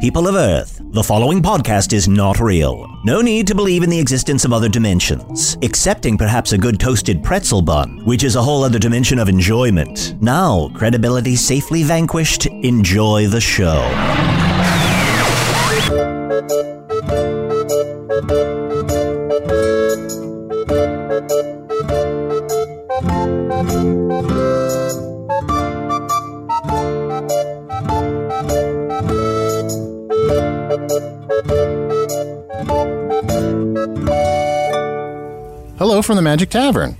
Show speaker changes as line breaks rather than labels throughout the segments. People of Earth, the following podcast is not real. No need to believe in the existence of other dimensions, excepting perhaps a good toasted pretzel bun, which is a whole other dimension of enjoyment. Now, credibility safely vanquished, enjoy the show.
Hello from the Magic Tavern,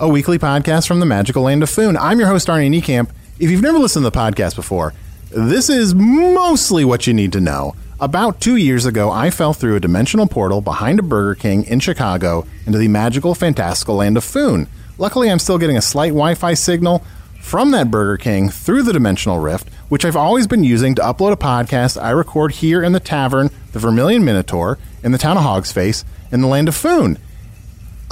a weekly podcast from the magical land of Foon. I'm your host, Arnie Niekamp. If you've never listened to the podcast before, this is mostly what you need to know. About two years ago, I fell through a dimensional portal behind a Burger King in Chicago into the magical, fantastical land of Foon. Luckily, I'm still getting a slight Wi Fi signal from that Burger King through the dimensional rift, which I've always been using to upload a podcast I record here in the tavern, the Vermilion Minotaur, in the town of Hogsface, in the land of Foon.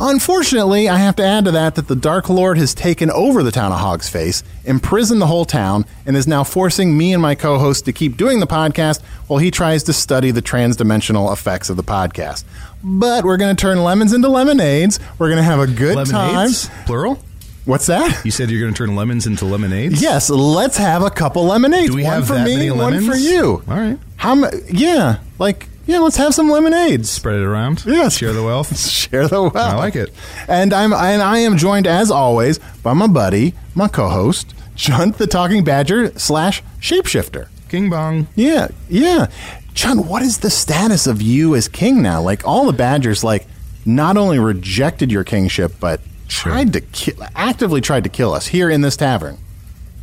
Unfortunately, I have to add to that that the Dark Lord has taken over the town of Hog's Face, imprisoned the whole town, and is now forcing me and my co host to keep doing the podcast while he tries to study the transdimensional effects of the podcast. But we're going to turn lemons into lemonades. We're going to have a good
lemonades,
time.
plural.
What's that?
You said you're going to turn lemons into lemonades.
Yes, let's have a couple lemonades.
Do we
one
have
for
that
me,
many
one
lemons?
for you.
All right.
How mu Yeah, like yeah, let's have some lemonades.
Spread it around.
Yes.
Share the wealth.
Share the wealth.
I like it.
And I'm and I am joined as always by my buddy, my co-host, Chunt the Talking Badger slash Shapeshifter.
King bong.
Yeah, yeah. Chunt, what is the status of you as king now? Like all the Badgers, like not only rejected your kingship, but tried to ki- actively tried to kill us here in this tavern.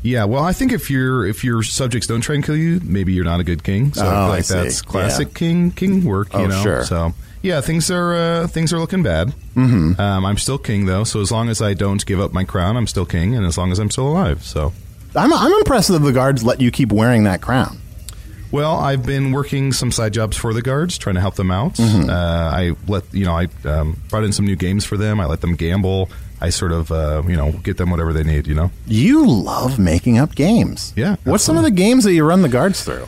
Yeah. Well, I think if your if your subjects don't try and kill you, maybe you're not a good king. So I feel
Oh, I
like
see.
that's classic
Yeah.
king king work. You
Oh,
know.
sure.
So yeah, things are uh, things are looking bad. Mm-hmm. Um, I'm still king though, so as long as I don't give up my crown, I'm still king, and as long as I'm still alive. So
I'm I'm impressed that the guards let you keep wearing that crown.
Well, I've been working some side jobs for the guards, trying to help them out.
Mm-hmm.
Uh, I let you know I um, brought in some new games for them. I let them gamble. I sort of uh, you know get them whatever they need. You know,
You love making up games.
Yeah,
What's some of the games that you run the guards through?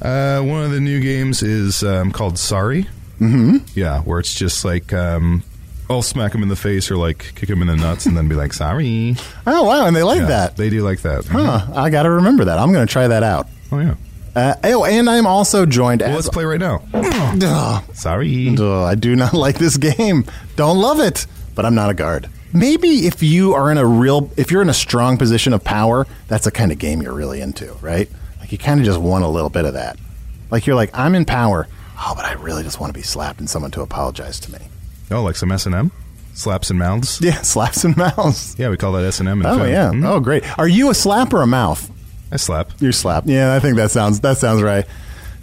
uh, one of the new games is um, called Sorry. Mm-hmm. Yeah, where it's just like um, I'll smack them in the face or like kick them in the nuts and then be like sorry.
Oh wow, and they like
Yeah,
that.
they do like that.
Huh, I got to remember that. I'm going to try that out.
Oh yeah.
Uh, oh, and I'm also joined
Well,
as.
let's play right now.
Ugh,
sorry.
ugh, I do not like this game. Don't love it, but I'm not a guard. Maybe if you are in a real, if you're in a strong position of power, that's the kind of game you're really into, right? Like you kind of just want a little bit of that. Like you're like, I'm in power. Oh, but I really just want to be slapped and someone to apologize to me.
Oh, like some S and M slaps and mouths.
Yeah, slaps and mouths.
Yeah, we call that S and M. Mm-hmm.
Oh yeah. Oh great. Are you a slap or a mouth?
I slap.
You're slapped. Yeah, I think that sounds that sounds right.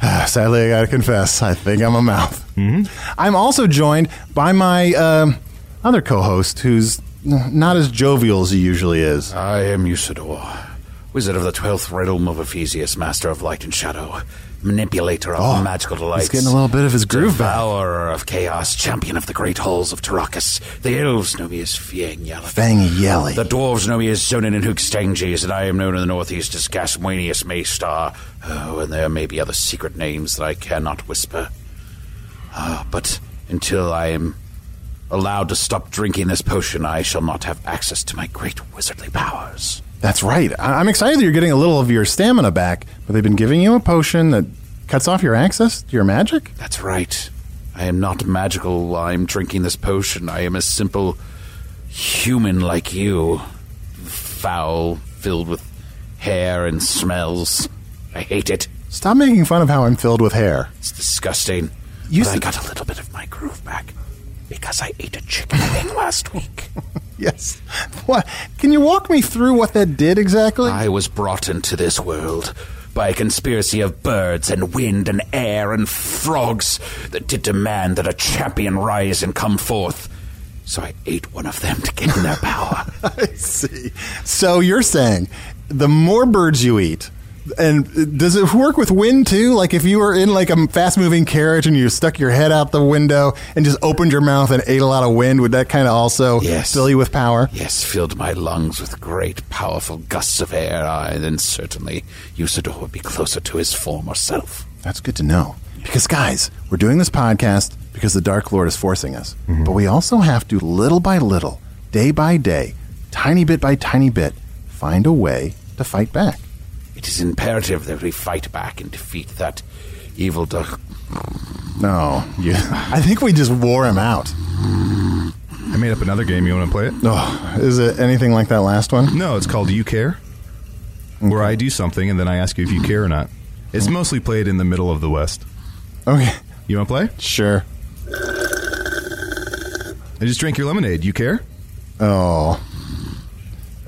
Sadly, I gotta confess, I think I'm a mouth. Mm-hmm. I'm also joined by my um, other co-host, who's not as jovial as he usually is.
I am Usador, wizard of the twelfth realm of Ephesius, master of light and shadow, manipulator of
Oh,
magical
he's
delights.
getting a little bit of his groove back.
Devourer of chaos, champion of the great halls of Tarakas. The elves know me as Fiang Yellow.
Fang Yelly.
The dwarves know me as Sonin and Hookstanges, and I am known in the northeast as Gaswanius Maystar. Oh, and there may be other secret names that I cannot whisper. Ah, but until I am allowed to stop drinking this potion, I shall not have access to my great wizardly powers.
That's right. I- I'm excited that you're getting a little of your stamina back, but they've been giving you a potion that cuts off your access to your magic?
That's right. I am not magical while I'm drinking this potion. I am a simple human like you. Foul, filled with hair and smells. I hate it.
Stop making fun of how I'm filled with hair.
It's disgusting.
You
but I
said-
got a little bit of my groove back because I ate a chicken wing last week.
Yes. What? Can you walk me through what that did exactly?
I was brought into this world by a conspiracy of birds and wind and air and frogs that did demand that a champion rise and come forth. So I ate one of them to gain their power.
I see. So you're saying the more birds you eat, and does it work with wind too? Like if you were in like a fast moving carriage and you stuck your head out the window and just opened your mouth and ate a lot of wind, would that kind of also
Yes.
fill you with power?
yes, filled my lungs with great, powerful gusts of air. I then certainly Usador would be closer to his former self.
That's good to know. Because, guys, we're doing this podcast because the Dark Lord is forcing us.
Mm-hmm.
But we also have to, little by little, day by day, tiny bit by tiny bit, find a way to fight back.
It is imperative that we fight back and defeat that evil dark.
No, you, I think we just wore him out.
I made up another game. You want to play it?
Oh, is it anything like that last one?
No, it's called You Care, where I do something and then I ask you if you care or not. It's mostly played in the middle of the West.
Okay,
You want to play?
sure.
I just drink your lemonade. You care?
Oh.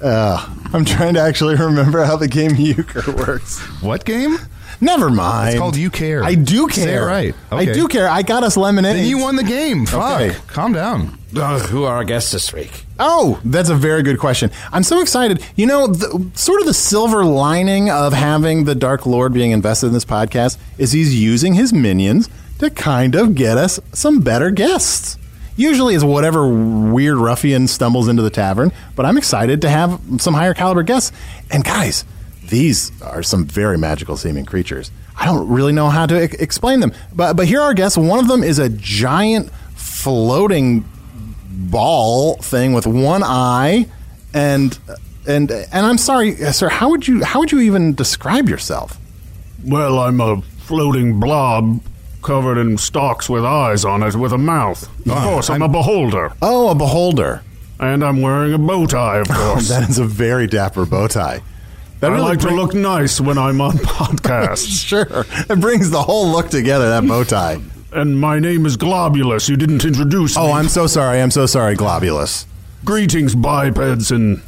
Uh, I'm trying to actually remember how the game euchre works.
What game?
Never mind.
It's called You Care.
I do care.
Say it right.
I
Okay.
do care. I got us lemonade.
Then you won the game. Fuck.
Okay.
Calm down.
Ugh, who are our guests this week?
Oh, that's a very good question. I'm so excited. You know, the, sort of the silver lining of having the Dark Lord being invested in this podcast is he's using his minions to kind of get us some better guests. Usually it's whatever weird ruffian stumbles into the tavern, but I'm excited to have some higher caliber guests. And guys, these are some very magical seeming creatures. I don't really know how to e- explain them, but but here are our guests. One of them is a giant floating ball thing with one eye and and and I'm sorry, sir, how would you how would you even describe yourself?
Well, I'm a floating blob covered in stalks with eyes on it with a mouth. Of course, I'm, a beholder.
Oh, a beholder.
And I'm wearing a bow tie, of course.
That is a very dapper bow tie. That
I
really
like to
bring-
look nice when I'm on podcasts.
sure. It brings the whole look together, that bow tie.
and my name is Globulus. You didn't introduce
Oh,
me.
I'm so sorry. I'm so sorry, Globulus.
Greetings, bipeds and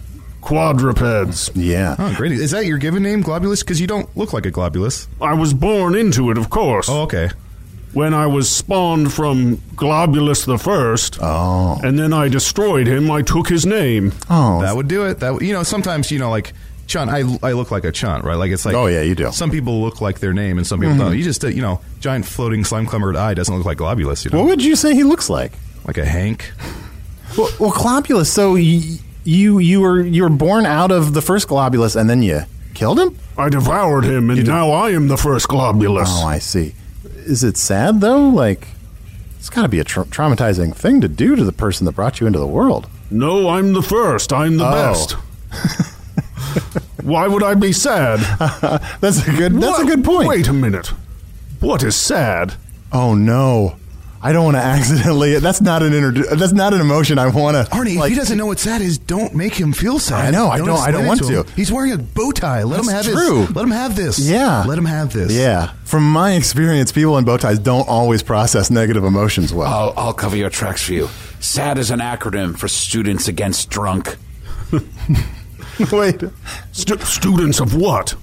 quadrupeds.
Yeah.
Oh, great. Is that your given name, Globulus? Because you don't look like a globulus.
I was born into it, of course.
Oh, okay.
When I was spawned from Globulus the First, oh. and then I destroyed him, I took his name.
Oh.
That would do it. That you know, sometimes you know, like Chunt. I, I look like a Chunt, right? Like it's like
Oh, yeah, you do. Mm-hmm.
Some people look like their name, and some people don't. You just uh, you know, giant floating slime clambered eye doesn't look like globulus. You know,
what would you say he looks like?
like a Hank.
Well, well Globulus, so y- you you were you were born out of the first Globulus and then you killed him?
I devoured him, and now I am the first Globulus.
Oh, I see. Is it sad though? Like, it's got to be a tra- traumatizing thing to do to the person that brought you into the world.
No, I'm the first. I'm the
Oh.
best. Why would I be sad?
That's a good. That's a
What-
good point.
Wait a minute. What is sad?
Oh no, I don't want to accidentally. That's not an inter- That's not an emotion I want to.
Arnie,
like,
if he doesn't know what sad is, don't make him feel sad.
I know, I don't- I
explain
don't
it
want
him.
to.
He's wearing a bow tie. Let him have
That's
his.
true.
Let him have this.
Yeah.
Let him have this.
Yeah. From my experience, people in bow ties don't always process negative emotions well.
I'll, I'll cover your tracks for you. SAD is an acronym for Students Against Drunk.
Wait.
Stu- students of what?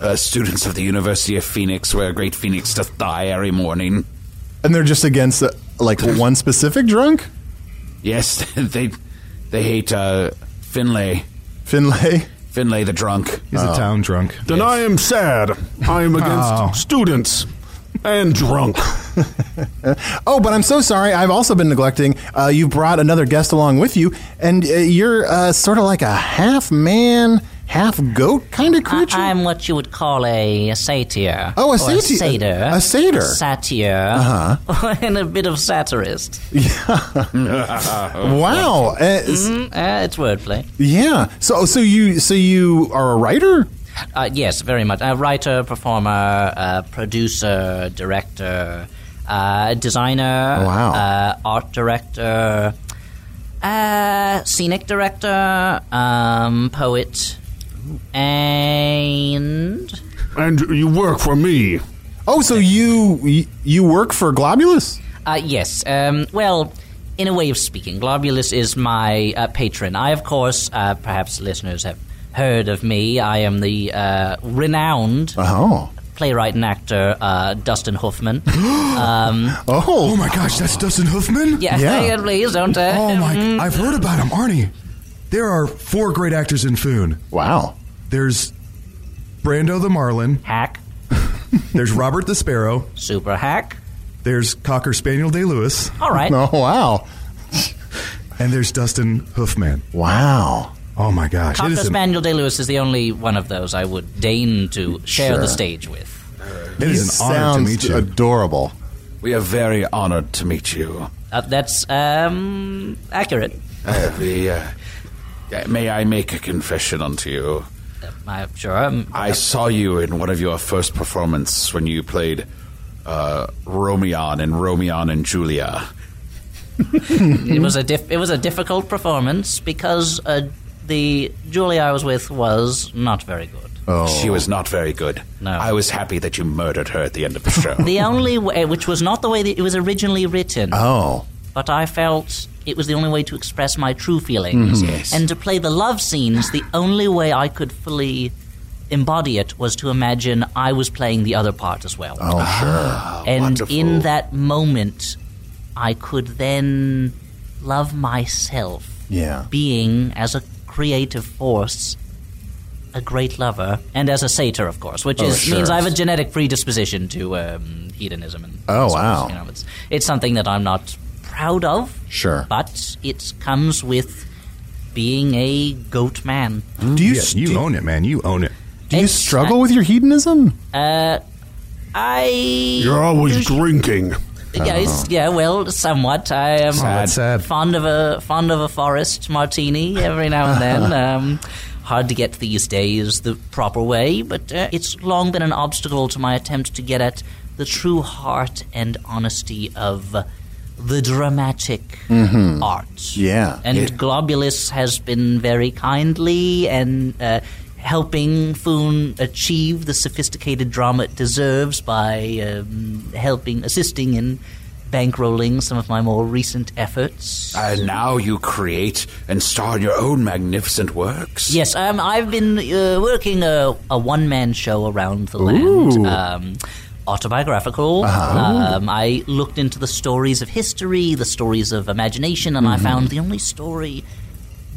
Uh, students of the University of Phoenix, where a great phoenix doth die every morning.
And they're just against uh, like one specific drunk,
Yes, they they hate uh, Finlay.
Finlay.
Finlay the drunk.
He's
Oh.
a town drunk.
Then I am sad. I am against
Oh.
students and drunk.
Oh, but I'm so sorry. I've also been neglecting. Uh, you brought another guest along with you, and uh, you're uh, sort of like a half man, half goat kind of creature.
I, am what you would call a, a satyr.
Oh, a
Or
saty-
satyr.
a satyr.
Satyr. Uh-huh. and a bit of satirist.
wow. Uh, s-
Uh, it's wordplay.
yeah. So so you so you are a writer?
Uh, yes, very much. A writer, performer, uh, producer, director, uh, designer,
Wow.
uh, art director, uh, scenic director, um, poet, and
And you work for me.
Oh, so you y- you work for Globulus?
Uh, yes. Um, well, in a way of speaking, Globulus is my uh, patron. I, of course, uh, perhaps listeners have heard of me. I am the uh, renowned
Uh-huh.
Oh.
playwright and actor uh, Dustin Hoffman. um,
Oh
Oh.
my gosh, that's Dustin Hoofman?
yeah,
Yeah.
please don't. Uh,
Oh my, I've heard about him, Arnie. There are four great actors in Foon.
Wow.
There's Brando the Marlin.
Hack,
There's Robert the Sparrow.
super hack.
There's Cocker Spaniel Day Lewis.
All right.
Oh, wow.
And there's Dustin Hoofman.
Wow.
Oh my gosh.
Cocker
an-
Spaniel Day Lewis is the only one of those I would deign to share
Sure.
the stage with.
it
He
is an honor to
sounds
meet you.
Adorable.
We are very honored to meet you.
Uh, that's um, accurate.
Uh, the, uh, uh, may I make a confession unto you?
I'm Uh, sure. Um,
I saw you in one of your first performances when you played uh, Romeon in Romeon and Julia.
Mm-hmm.
It was a diff- it was a difficult performance because uh, the Julie I was with was not very good.
Oh.
She was not very good.
No.
I was happy that you murdered her at the end of the show.
The only way, which was not the way that it was originally written,
Oh.
but I felt it was the only way to express my true feelings
Mm-hmm.
and to play the love scenes. The only way I could fully embody it was to imagine I was playing the other part as well.
Oh, sure.
and
wonderful.
in that moment, I could then love myself.
Yeah.
being as a creative force a great lover and as a satyr of course which is,
Oh, sure.
means i have a genetic predisposition to um, hedonism and
Oh,
sort of,
wow.
you know, it's, it's something that i'm not proud of
Sure.
but it comes with being a goat man
Do Hmm? you
Mm, Yeah,
s-
you
do,
own it, man. You own it.
do you
It's-
struggle with your hedonism?
uh, i
You're always drinking. Uh-huh.
yeah, it's- yeah well somewhat i am
Oh, that's Oh. sad.
fond of a fond of a forest martini every now and then. Um, hard to get these days the proper way, but uh, it's long been an obstacle to my attempt to get at the true heart and honesty of the dramatic
Mm-hmm.
art.
Yeah.
and Globulus has been very kindly and. Uh, Helping Foon achieve the sophisticated drama it deserves by um, helping, assisting in bankrolling some of my more recent efforts.
And now you create and star in your own magnificent works?
Yes, um, I've been uh, working a, a one man show around the land. Um, autobiographical.
Uh-huh.
Um, I looked into the stories of history, the stories of imagination,
Mm-hmm.
and I found the only story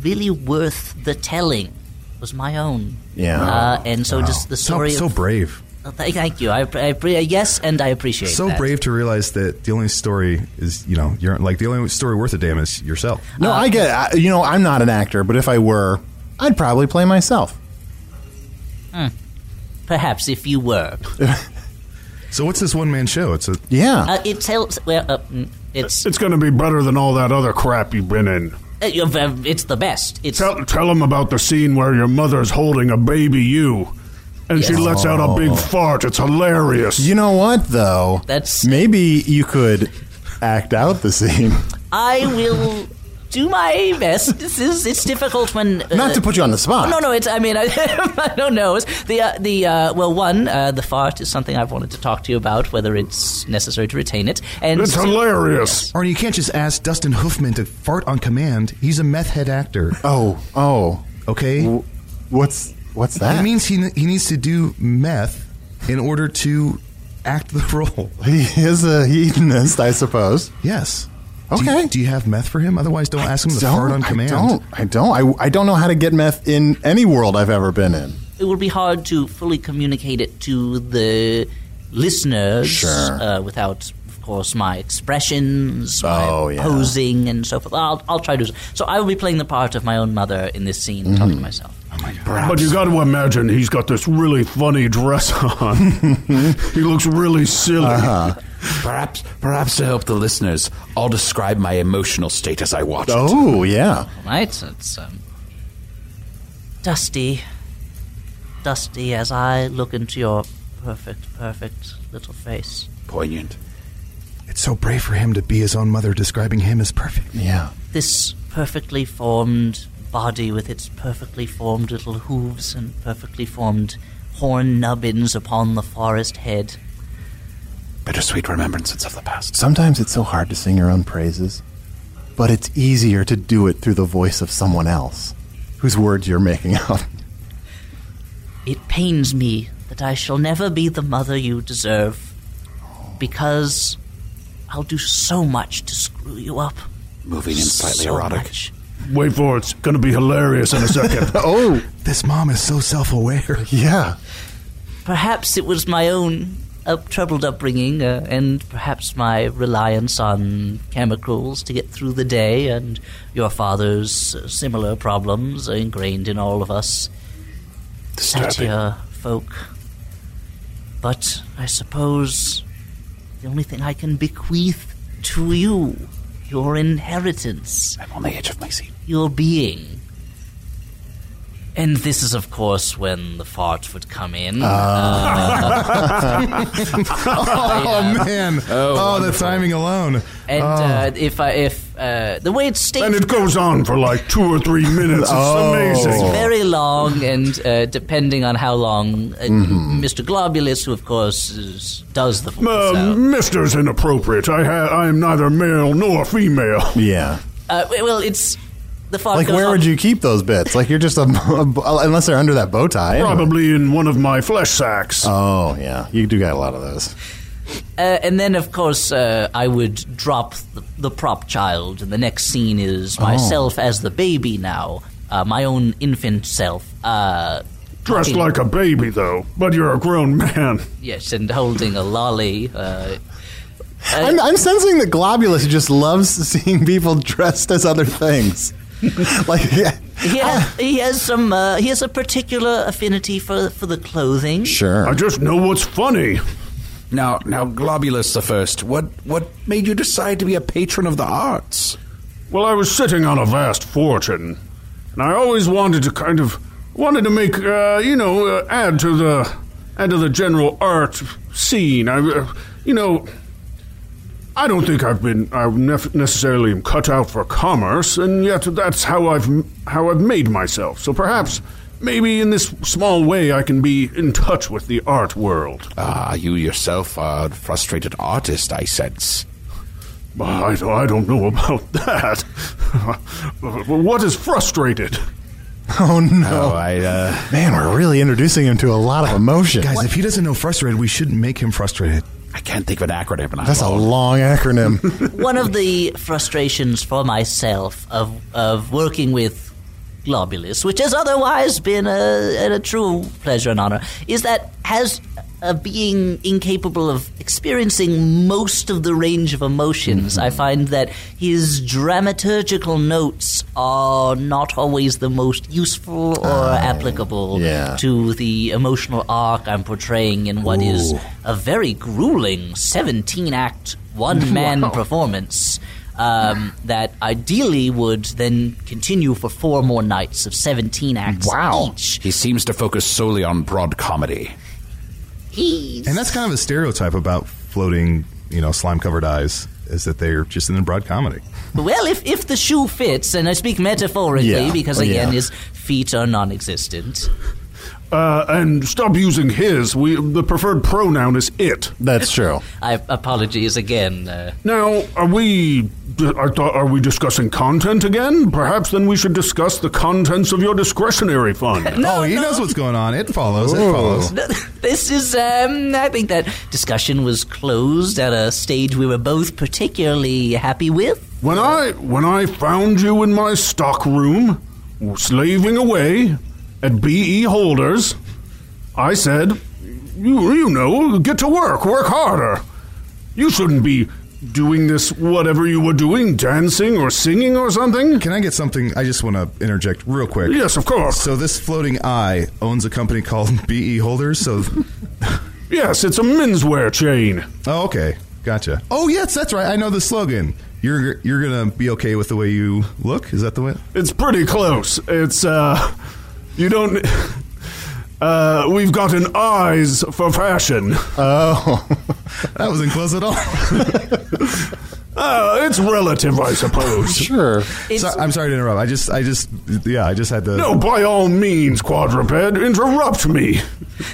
really worth the telling was my own.
Yeah.
Uh, and so just the
So-
story.
so,
of,
brave.
Oh, th- thank you. I, I, appre- yes, and I appreciate
So
that.
brave to realize that the only story is, you know, you're like the only story worth a damn is yourself.
Uh,
No, I get. I, you know, I'm not an actor, but if I were, I'd probably play myself.
Perhaps if you were.
So what's this one man show? It's a
Yeah.
Uh, it tells. Well, uh, mm, it's uh,
It's going to be better than all that other crap you've been in.
it's the best. It's
Tell, tell him about the scene where your mother's holding a baby you, and she
Yes.
lets out
Oh.
a
Oh.
big fart. It's hilarious.
you know what, though?
That's-
maybe you could act out the scene.
I will do my best. This is it's difficult when uh,
Not to put you on the spot.
no, no. It's. I mean, I, I don't know. It's the uh, the uh, well, one uh, the fart is something I've wanted to talk to you about, whether it's necessary to retain it. And
It's hilarious.
Arnie, you can't just ask Dustin Hoofman to fart on command. He's a meth head actor.
Oh, oh.
Okay?
W- What's what's that?
It means he he needs to do meth in order to act the role.
he is a hedonist, I suppose.
Yes. Do you- Do
Okay.
you, have meth for him? Otherwise, don't ask him to
Don't-
fart on command.
I don't. I don't. I, I don't know how to get meth in any world I've ever been in.
it will be hard to fully communicate it to the listeners
Sure.
uh, without, of course, my expressions,
Oh,
my
yeah.
posing, and so forth. I'll, I'll try to. So I will be playing the part of my own mother in this scene, talking
Mm-hmm.
to myself.
Oh,
But you got to imagine he's got this really funny dress on. he looks really silly.
Uh-huh.
Perhaps, perhaps to help the listeners, I'll describe my emotional state as I watch it.
Oh yeah.
All right, so it's um, dusty, dusty as I look into your perfect, perfect little face.
Poignant.
It's so brave for him to be his own mother, describing him as perfect.
Yeah.
This perfectly formed body with its perfectly formed little hooves and perfectly formed horn nubbins upon the forest head.
Bittersweet remembrances of the past.
Sometimes it's so hard to sing your own praises, but it's easier to do it through the voice of someone else, whose words you're making up.
It pains me that I shall never be the mother you deserve because I'll do so much to screw you up.
Moving and slightly
So
erotic.
much.
Wait for it. It's going to be hilarious in a second.
Oh
This mom is so self aware.
yeah.
Perhaps it was my own up, troubled upbringing uh, and perhaps my reliance on chemicals to get through the day and your father's uh, similar problems ingrained in all of us satyr folk. But I suppose the only thing I can bequeath to you, your inheritance,
I'm on the edge of my seat.
your being. And this is, of course, when the fart would come in.
Oh, man. Oh, the timing alone.
uh, And uh, if I, if uh, the way it's
and
stated,
it goes on for like two or three minutes. It's
Oh.
it's
amazing.
very long, and uh, depending on how long, uh, Mr. Globulus, who of course is, does the
Uh,
voice, out.
Mister's inappropriate. I ha- I am neither male nor female.
Yeah.
uh, well, it's the fart.
Like
goes
where
on.
would you keep those bits? Like you're just a, unless they're under that bow tie. anyway.
Probably in one of my flesh sacks.
Oh yeah. You do got a lot of those.
Uh, and then, of course, uh, I would drop the, the prop child, and the next scene
Oh.
is myself as the baby now, uh, my own infant self. Uh,
Dressed
talking-
like a baby, though. But you're a grown man.
yes, and holding a lolly. Uh,
I'm, I'm sensing that Globulus just loves seeing people dressed as other things. like yeah.
he,
Ah.
has, he has some. Uh, he has a particular affinity for for the clothing.
Sure.
I just know what's funny.
Now, now, Globulus the First, what, what made you decide to be a patron of the arts?
Well, I was sitting on a vast fortune, and I always wanted to kind of wanted to make uh, you know uh, add to the add to the general art scene. I uh, you know I don't think I've been I nef- necessarily am cut out for commerce, and yet that's how I've m- how I've made myself. So perhaps maybe in this small way I can be in touch with the art world.
Ah, you yourself are a frustrated artist, I sense.
But I, I don't know about that. what is frustrated?
Oh no.
Oh, I, uh,
Man, we're really introducing him to a lot of emotion.
Guys, if he doesn't know frustrated, we shouldn't make him frustrated.
I can't think of an acronym. and I'm
That's a
all-
long acronym.
One of the frustrations for myself of of working with Globulus, which has otherwise been a, a true pleasure and honor, is that as a being incapable of experiencing most of the range of emotions, I find that his dramaturgical notes are not always the most useful or applicable
yeah.
to the emotional arc I'm portraying in what is a very grueling 17 act, one man performance um, that ideally would then continue for four more nights of 17 acts
Wow.
each.
He seems to focus solely on broad comedy.
He's-
And that's kind of a stereotype about floating, you know, slime covered eyes is that they're just in the broad comedy.
well, if, if the shoe fits, and I speak metaphorically
Yeah.
because,
Oh,
again,
yeah.
his feet are non existent.
Uh, and stop using his. We the preferred pronoun is it.
That's true.
I apologies again. Uh,
Now, are we? I thought, are we discussing content again? Perhaps then we should discuss the contents of your discretionary fund. Oh.
oh, he knows what's going on. It follows. It follows.
this is um i think that discussion was closed at a stage we were both particularly happy with
When I when I found you in my stock room, slaving away at BE Holders, I said, "You you know, get to work, work harder. You shouldn't be doing this whatever you were doing, dancing or singing or something."
Can I get something? I just want to interject real quick.
Yes, of course.
So this floating eye owns a company called BE Holders. So,
Yes, it's a menswear chain.
oh, okay, gotcha. Oh yes, that's right. I know the slogan. You're you're gonna be okay with the way you look. Is that the way?
It's pretty close. It's uh you don't uh we've got an eyes for fashion.
Oh, That wasn't close at all.
Uh, it's relative, I suppose.
Sure.
So- I'm sorry to interrupt. I just I just yeah I just had the
No, by all means, quadruped, interrupt me.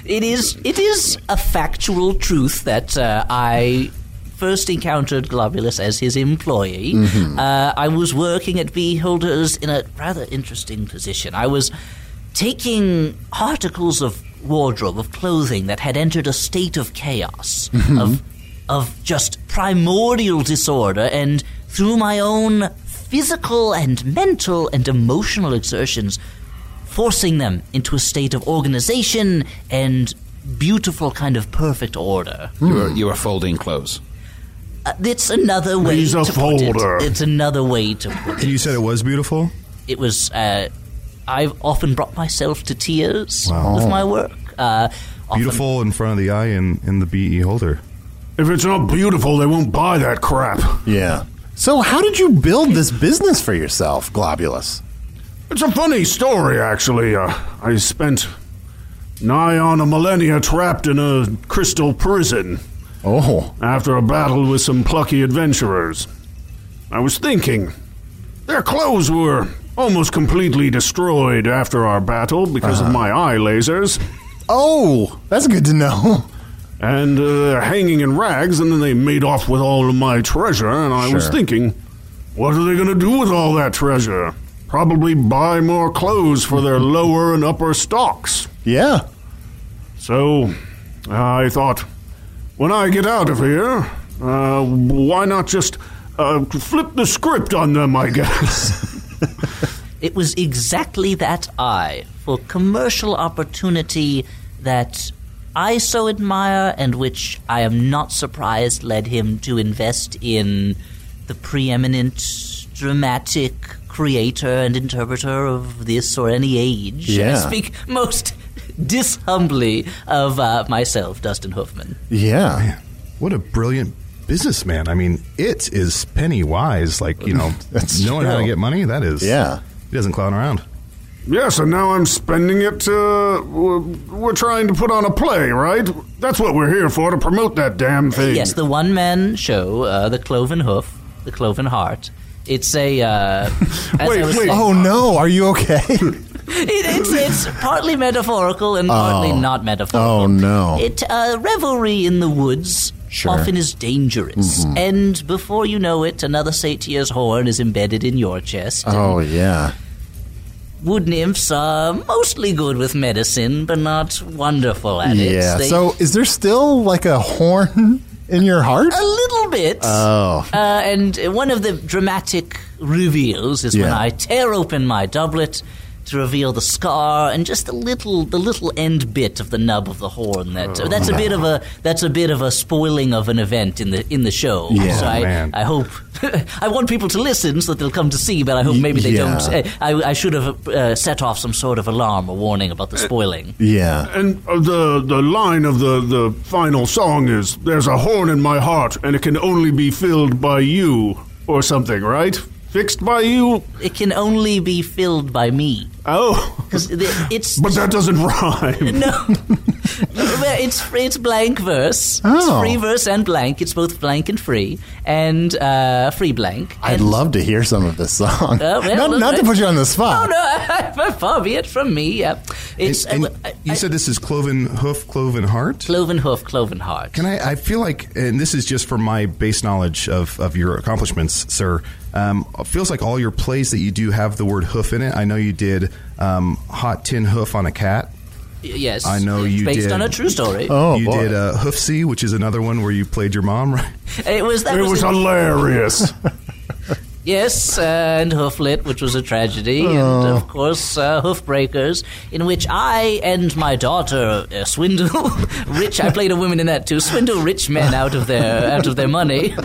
It is it is a factual truth that uh, I first encountered Globulus as his employee. Uh, I was working at Beholders in a rather interesting position. I was taking articles of wardrobe of clothing that had entered a state of chaos
Mm-hmm.
Hmm.
of of just primordial disorder and through my own physical and mental and emotional exertions forcing them into a state of organization and beautiful kind of perfect order.
You were, you were folding clothes.
Uh, it's another way
He's a
to put it.
folder.
It's another way to put it.
And you said it was beautiful.
It was. Uh, I've often brought myself to tears with my work. Uh, often-
Beautiful in front of the eye and in the BE Holder.
If it's not beautiful, they won't buy that crap.
Yeah. So, how did you build this business for yourself, Globulus?
It's a funny story, actually. Uh, I spent nigh on a millennia trapped in a crystal prison.
Oh,
after a battle with some plucky adventurers. I was thinking. Their clothes were almost completely destroyed after our battle because of my eye lasers,
Uh-huh. oh, that's good to know.
and uh, they're hanging in rags, and then they made off with all of my treasure, and I was
Sure.
thinking, what are they going to do with all that treasure? Probably buy more clothes for their lower and upper stocks.
Yeah.
So, I thought, when I get out of here, uh, why not just uh, flip the script on them, I guess?
It was exactly that eye for commercial opportunity that I so admire and which I am not surprised led him to invest in the preeminent dramatic creator and interpreter of this or any age.
Yeah.
I speak most dishumbly of uh, myself, Dustin Hoffman.
Yeah.
What a brilliant businessman. I mean, it is penny wise. Like, you know,
That's
knowing how to
true.
get money, that is.
Yeah.
He doesn't clown around.
yes, and now I'm spending it. Uh, we're, we're trying to put on a play, right? That's what we're here for, to promote that damn thing.
Yes, the one man show, uh, The Cloven Hoof, The Cloven Heart. It's a. Uh, as I
Wait,
was
wait.
saying-
Oh, no. Are you okay?
It, it's, it's partly metaphorical and partly not metaphorical.
Oh, no.
It uh, revelry in the woods
Sure. Mm-hmm.
often is dangerous, and before you know it, another satyr's horn is embedded in your chest.
oh, yeah.
Wood nymphs are mostly good with medicine, but not wonderful at it.
Yeah.
They-
So, is there still like a horn in your heart?
a little bit.
Oh.
Uh, and one of the dramatic reveals is when
Yeah.
I tear open my doublet to reveal the scar and just the little the little end bit of the nub of the horn. That
Oh.
that's a bit of a that's a bit of a spoiling of an event in the in the show.
Yeah.
so
Oh,
I,
man.
I hope I want people to listen so that they'll come to see. But I hope maybe they
yeah.
don't. eh, I, I should have uh, set off some sort of alarm or warning about the spoiling.
Yeah.
And uh, the the line of the, the final song is "There's a horn in my heart, and it can only be filled by you," or something, right? Fixed by you?
It can only be filled by me
Oh,
because it's
but that doesn't rhyme.
No. Well, it's it's blank verse.
Oh.
It's free verse and blank. It's both blank and free and uh, free blank.
I'd
And-
love to hear some of this song.
Uh, well,
not
look,
not to
I-
put you on the
Oh
spot.
no! Far be it from me. Yeah. It's
And-
uh,
and
I-
you
I-
said this is cloven hoof, cloven heart?
cloven hoof, cloven heart.
Can I? I feel like, and this is just from my base knowledge of, of your accomplishments, sir. Um, it feels like all your plays that you do have the word hoof in it. I know you did um, Hot Tin Hoof on a Cat.
Y- Yes,
I know
It's
you
based
did.
on a true story.
Oh,
you
boy.
did uh, Hoofsy, which is another one where you played your mom, right?
It was that
It was
in-
hilarious.
Yes, uh, and Hooflit, which was a tragedy,
Oh.
and of course uh, Hoofbreakers, in which I and my daughter uh, swindle rich. I played a woman in that too. Swindle rich men out of their out of their money.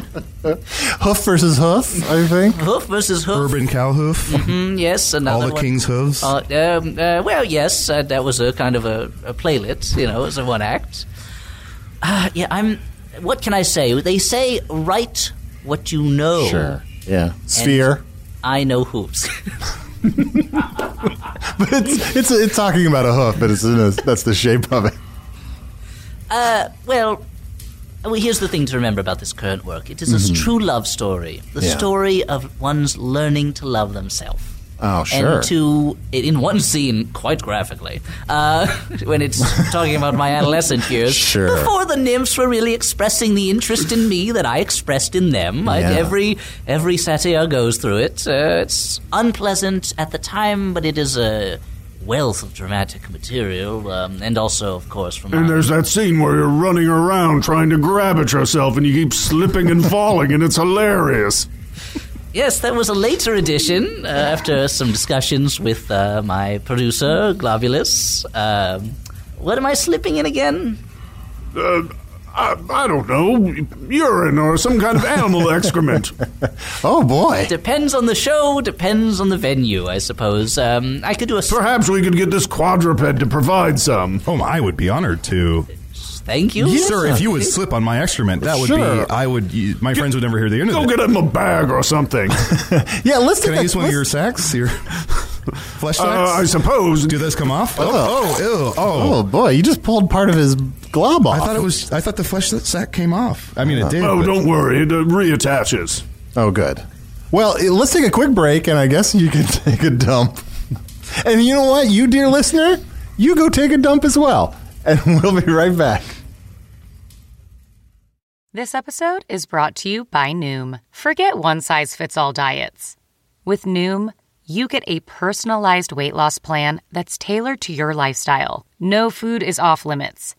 Hoof versus hoof, I think.
Hoof versus hoof.
Urban cowhoof,
Mm, yes, another
all the
one.
king's hooves.
Uh, um, uh, well, yes, uh, that was a kind of a, a playlet, you know, it was a one act. Uh, yeah, I'm. What can I say? They say write what you know.
Sure. Yeah. Sphere.
I know hoops.
But it's it's it's talking about a hoof, but it's in a, that's the shape of it.
Uh, Well, well, here's the thing to remember about this current work it is a true love story, the
Mm-hmm. Yeah.
story of one's learning to love themselves.
Oh, sure.
And to, in one scene, quite graphically, uh, when it's talking about my adolescent years,
Sure.
before the nymphs were really expressing the interest in me that I expressed in them. I-
Yeah.
every every satire goes through it. Uh, it's unpleasant at the time, but it is a wealth of dramatic material, um, and also, of course, from
And
our-
there's that scene where you're running around trying to grab at yourself and you keep slipping and falling, and it's hilarious.
Yes, that was a later edition uh, after some discussions with uh, my producer, Globulus. Um, what am I slipping in again?
Uh, I, I don't know, urine or some kind of animal excrement.
Oh boy.
Depends on the show, depends on the venue, I suppose. Um, I could do a. s-
Perhaps we could get this quadruped to provide some.
Oh, I would be honored to,
Thank you.
sir. If you would slip on my excrement, that would
Sure.
be. I would. you- My friends would never hear the end
Go
of it.
get him a bag or something.
Yeah, let's
Can
take
I
a-
use one of
let's-
your sacks? Your flesh sacks?
Uh, I suppose.
Do those come off? Oh, oh, ew, oh.
Oh boy, you just pulled part of his glob off.
I thought it was. I thought the flesh sack came off. I mean, it did.
Oh,
but-
don't worry, it uh, reattaches.
Oh, good. Well, eh, let's take a quick break, and I guess you can take a dump. And you know what, you dear listener, you go take a dump as well, and we'll be right back.
This episode is brought to you by Noom. Forget one size fits all diets. With Noom, you get a personalized weight loss plan that's tailored to your lifestyle. No food is off limits.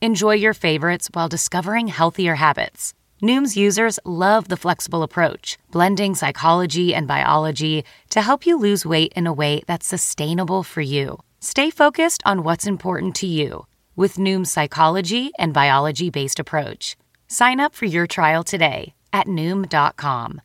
Enjoy your favorites while discovering healthier habits. Noom's users love the flexible approach, blending psychology and biology to help you lose weight in a way that's sustainable for you. Stay focused on what's important to you with Noom's psychology and biology based approach. Sign up for your trial today at Noom.com.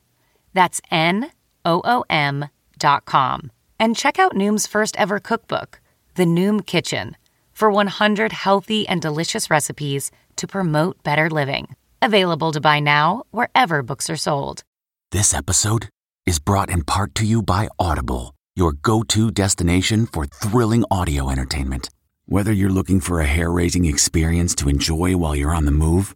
That's N O O M dot com. And check out Noom's first ever cookbook, The Noom Kitchen, for 100 healthy and delicious recipes to promote better living. Available to buy now wherever books are sold.
This episode is brought in part to you by Audible, your go to destination for thrilling audio entertainment. Whether you're looking for a hair raising experience to enjoy while you're on the move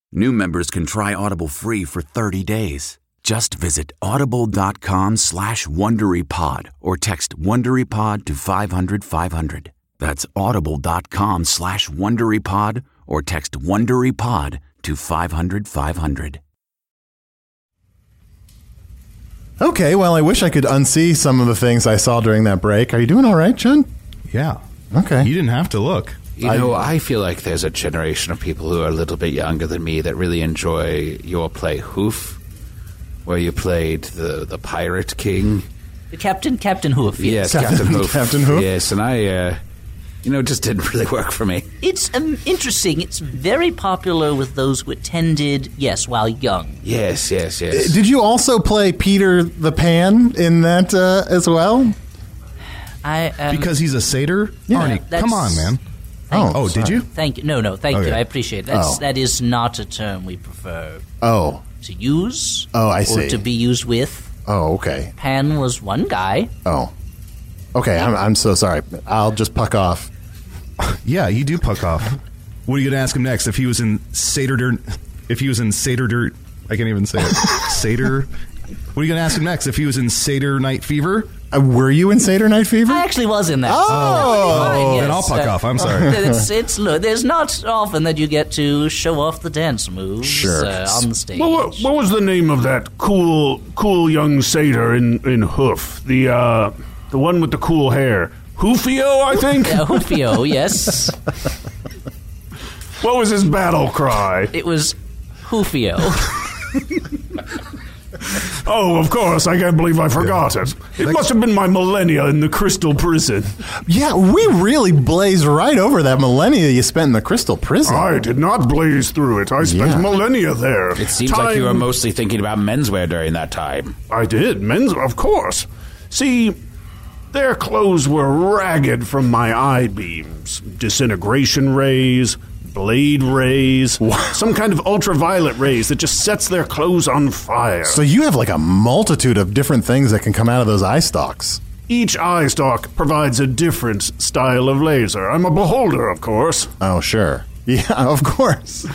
new members can try Audible free for 30 days. Just visit audible.com slash WonderyPod or text WonderyPod to 500 500. That's audible.com slash WonderyPod or text WonderyPod to 500 500.
Okay, well, I wish I could unsee some of the things I saw during that break. Are you doing all right, John?
Yeah.
Okay.
You didn't have to look.
You know, I feel like there's a generation of people who are a little bit younger than me that really enjoy your play Hoof, where you played the, the Pirate King.
Captain, Captain Hoof.
Yes,
Captain-
Captain, Hoof.
Captain Hoof.
Yes, and I, uh, you know, just didn't really work for me.
It's um, interesting. It's very popular with those who attended, yes, while young.
Yes, yes, yes.
Uh,
Did you also play Peter the Pan in that uh, as well?
I um,
Because he's a satyr? Arnie,
That's-
come on, man.
Oh,
Oh, did
sorry.
you?
Thank you. No, no, thank
Okay.
you. I appreciate that. That's
Oh.
That is not a term we prefer
Oh,
to use.
Oh, I
or
see.
to be used with.
oh, okay.
Pan was one guy.
Oh, okay. I'm, I'm so sorry. I'll just puck off.
Yeah, you do puck off. what are you going to ask him next? If he was in satyr, if he was in satyr, I can't even say it. Satyr What are you going to ask him next? If he was in Seder Night Fever?
Uh, were you in Seder Night Fever?
I actually was in that.
Oh.
That would be fine,
Then
yes.
I'll fuck
Uh,
off. I'm sorry.
it's, it's look. There's not often that you get to show off the dance moves
Sure.
uh, on the stage.
What, what, what was the name of that cool, cool young satyr in, in Hoof? The uh, the one with the cool hair, Hoofio, I think.
Uh, Hufio, yes,
What was his battle cry?
it was Hufio.
Oh, of course, I can't believe I forgot it. It must have been my millennia in the Crystal Prison.
Yeah, we really blazed right over that millennia you spent in the Crystal Prison.
I did not blaze through it. I spent
Yeah.
millennia there.
It seems like you were
Time-
mostly thinking about menswear during that time.
I did, men's, of course. See, their clothes were ragged from my eye beams, disintegration rays, blade rays, some kind of ultraviolet rays that just sets their clothes on fire.
So you have like a multitude of different things that can come out of those eye stalks.
Each eye stalk provides a different style of laser. I'm a beholder, of course.
Oh, sure. Yeah, of course.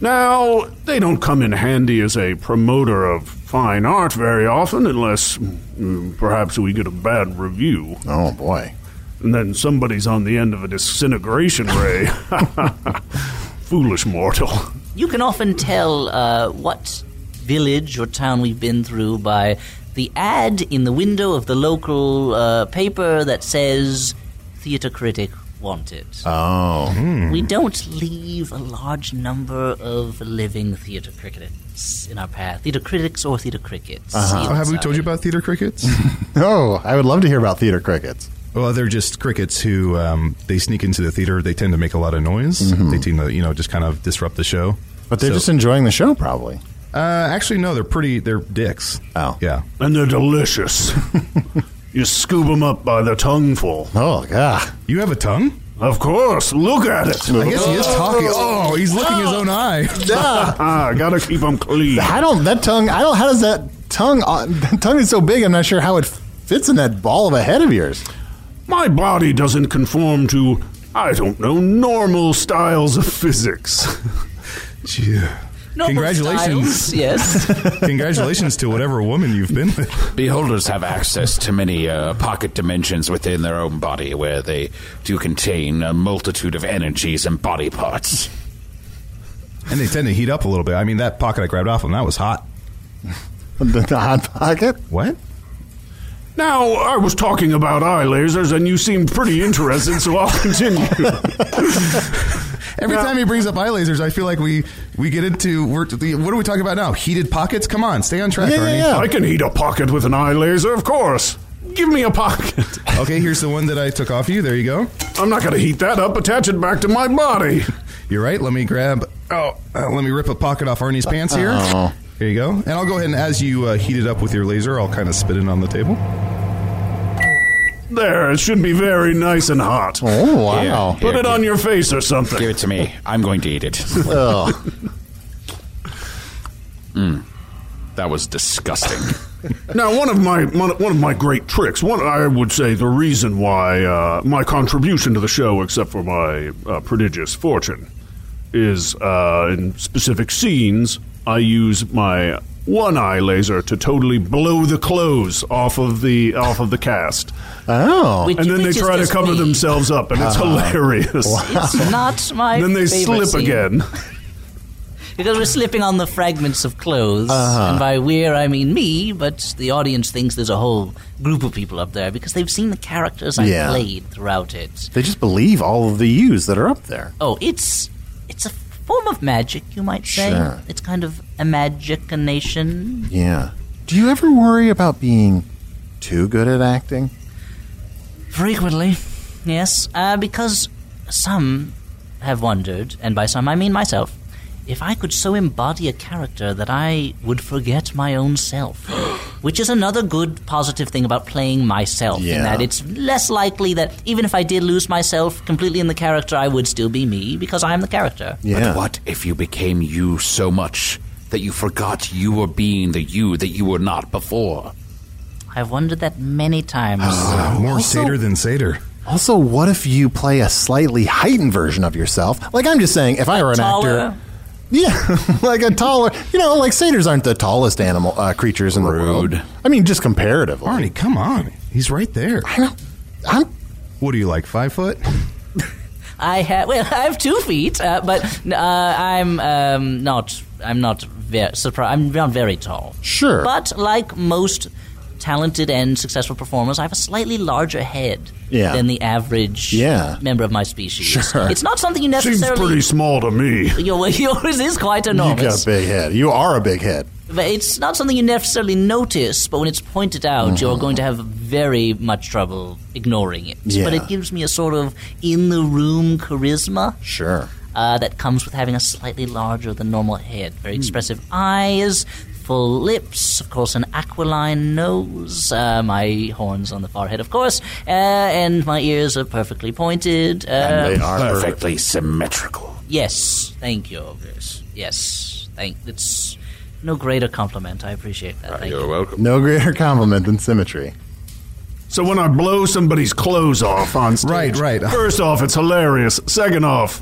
Now, they don't come in handy as a promoter of fine art very often, unless mm, perhaps we get a bad review.
Oh, boy.
And then somebody's on the end of a disintegration ray. Foolish mortal.
You can often tell uh, what village or town we've been through by the ad in the window of the local uh, paper that says "Theatre Critic Wanted."
Oh.
Hmm.
We don't leave a large number of living theatre critics in our path. Theatre critics or theatre crickets.
Uh-huh.
Oh, have we told you about theater crickets?
Oh, I would love to hear about theater crickets.
well, they're just crickets who um, they sneak into the theater. They tend to make a lot of noise. They tend to, you know, just kind of disrupt the show.
Mm-hmm. But they're
So-
just enjoying the show, probably.
Uh, actually, no, they're pretty. They're dicks.
Oh.
yeah.
And they're delicious. you scoop 'em up by the tongueful.
Oh, God.
You have a tongue?
Of course, look at it.
I guess he is talking. Oh, he's licking his own eye.
Ah, gotta keep 'em clean.
I don't, that tongue, I don't, how does that tongue, uh, that tongue is so big, I'm not sure how it fits in that ball of a head of yours.
My body doesn't conform to, I don't know, normal styles of physics.
Normal
Congratulations.
styles, yes.
Congratulations to whatever woman you've been with.
Beholders have access to many uh, pocket dimensions within their own body where they do contain a multitude of energies and body parts.
And they tend to heat up a little bit. I mean, that pocket I grabbed off him, that was hot.
The, the hot pocket?
What?
Now, I was talking about eye lasers, and you seemed pretty interested, so I'll continue.
Every time he brings up eye lasers, I feel like we we get into we're, what are we talking about now? Heated pockets? Come on, stay on track,
Yeah, yeah,
Ernie.
yeah.
I can heat a pocket with an eye laser, of course. Give me a pocket.
Okay, here's the one that I took off you. There you go.
I'm not gonna heat that up. Attach it back to my body.
You're right. Let me grab. Oh, uh, let me rip a pocket off Arnie's pants here.
Oh.
Here you go. And I'll go ahead and as you uh, heat it up with your laser, I'll kind of spit it on the table.
There, it should be very nice and hot.
Oh, wow.
Yeah.
Put it on your face or something.
Give it to me. I'm going to eat it.
Ugh.
Hmm. That was disgusting.
Now, one of my one, one of my great tricks, one I would say the reason why uh, my contribution to the show, except for my uh, prodigious fortune, is uh, in specific scenes I use my one eye laser to totally blow the clothes off of the off of the cast,
Oh.
Which-
and then they
which is
try to
just
cover
me.
themselves up, and it's
Uh-huh.
hilarious.
It's not my
Then they
favorite
slip
scene.
again.
Because we're slipping on the fragments of clothes.
Uh-huh.
And by we're, I mean me, but the audience thinks there's a whole group of people up there because they've seen the characters I
Yeah.
played throughout it.
They just believe all of the yous that are up there.
Oh, it's it's a form of magic, you might say.
Sure.
It's kind of imagination.
Yeah. Do you ever worry about being too good at acting?
Frequently, yes, uh, because some have wondered, and by some I mean myself, if I could so embody a character that I would forget my own self. Which is another good positive thing about playing myself,
Yeah.
in that it's less likely that even if I did lose myself completely in the character, I would still be me because I am the character.
Yeah.
But what if you became you so much that you forgot you were being the you that you were not before?
I've wondered that many times.
Ah.
More satyr than satyr.
Also, what if you play a slightly heightened version of yourself? Like I'm just saying, if I were an
Taller.
actor, Yeah, like a taller, you know, like satyrs aren't the tallest animal uh, creatures in the world.
Rude.
I mean, just comparatively.
Arnie, come on. He's right there.
I don't. I'm,
What are you like, five foot?
I have well, I have two feet, uh, but uh, I'm um, not. I'm not very surprised. I'm not very tall.
Sure.
but like most talented and successful performers, I have a slightly larger head
Yeah.
than the average
Yeah.
member of my species.
Sure.
It's not something you
Seems
necessarily.
pretty small to me.
your, yours is quite
you
enormous.
got a big head. You are a big head.
But it's not something you necessarily notice, but when it's pointed out,
Mm-hmm.
you're going to have very much trouble ignoring it.
Yeah.
But it gives me a sort of in the room charisma
Sure.
uh, that comes with having a slightly larger than normal head,
Hmm.
very expressive eyes. Full lips, of course, an aquiline nose, uh, my horns on the forehead, of course, uh, and my ears are perfectly pointed. Uh,
They are
Perfectly symmetrical.
Yes, thank you. Yes, yes, thank. It's no greater compliment. I appreciate that. Thank you.
welcome.
No greater compliment than symmetry.
So when I blow somebody's clothes off on stage,
Right, right.
First off, it's hilarious. Second off,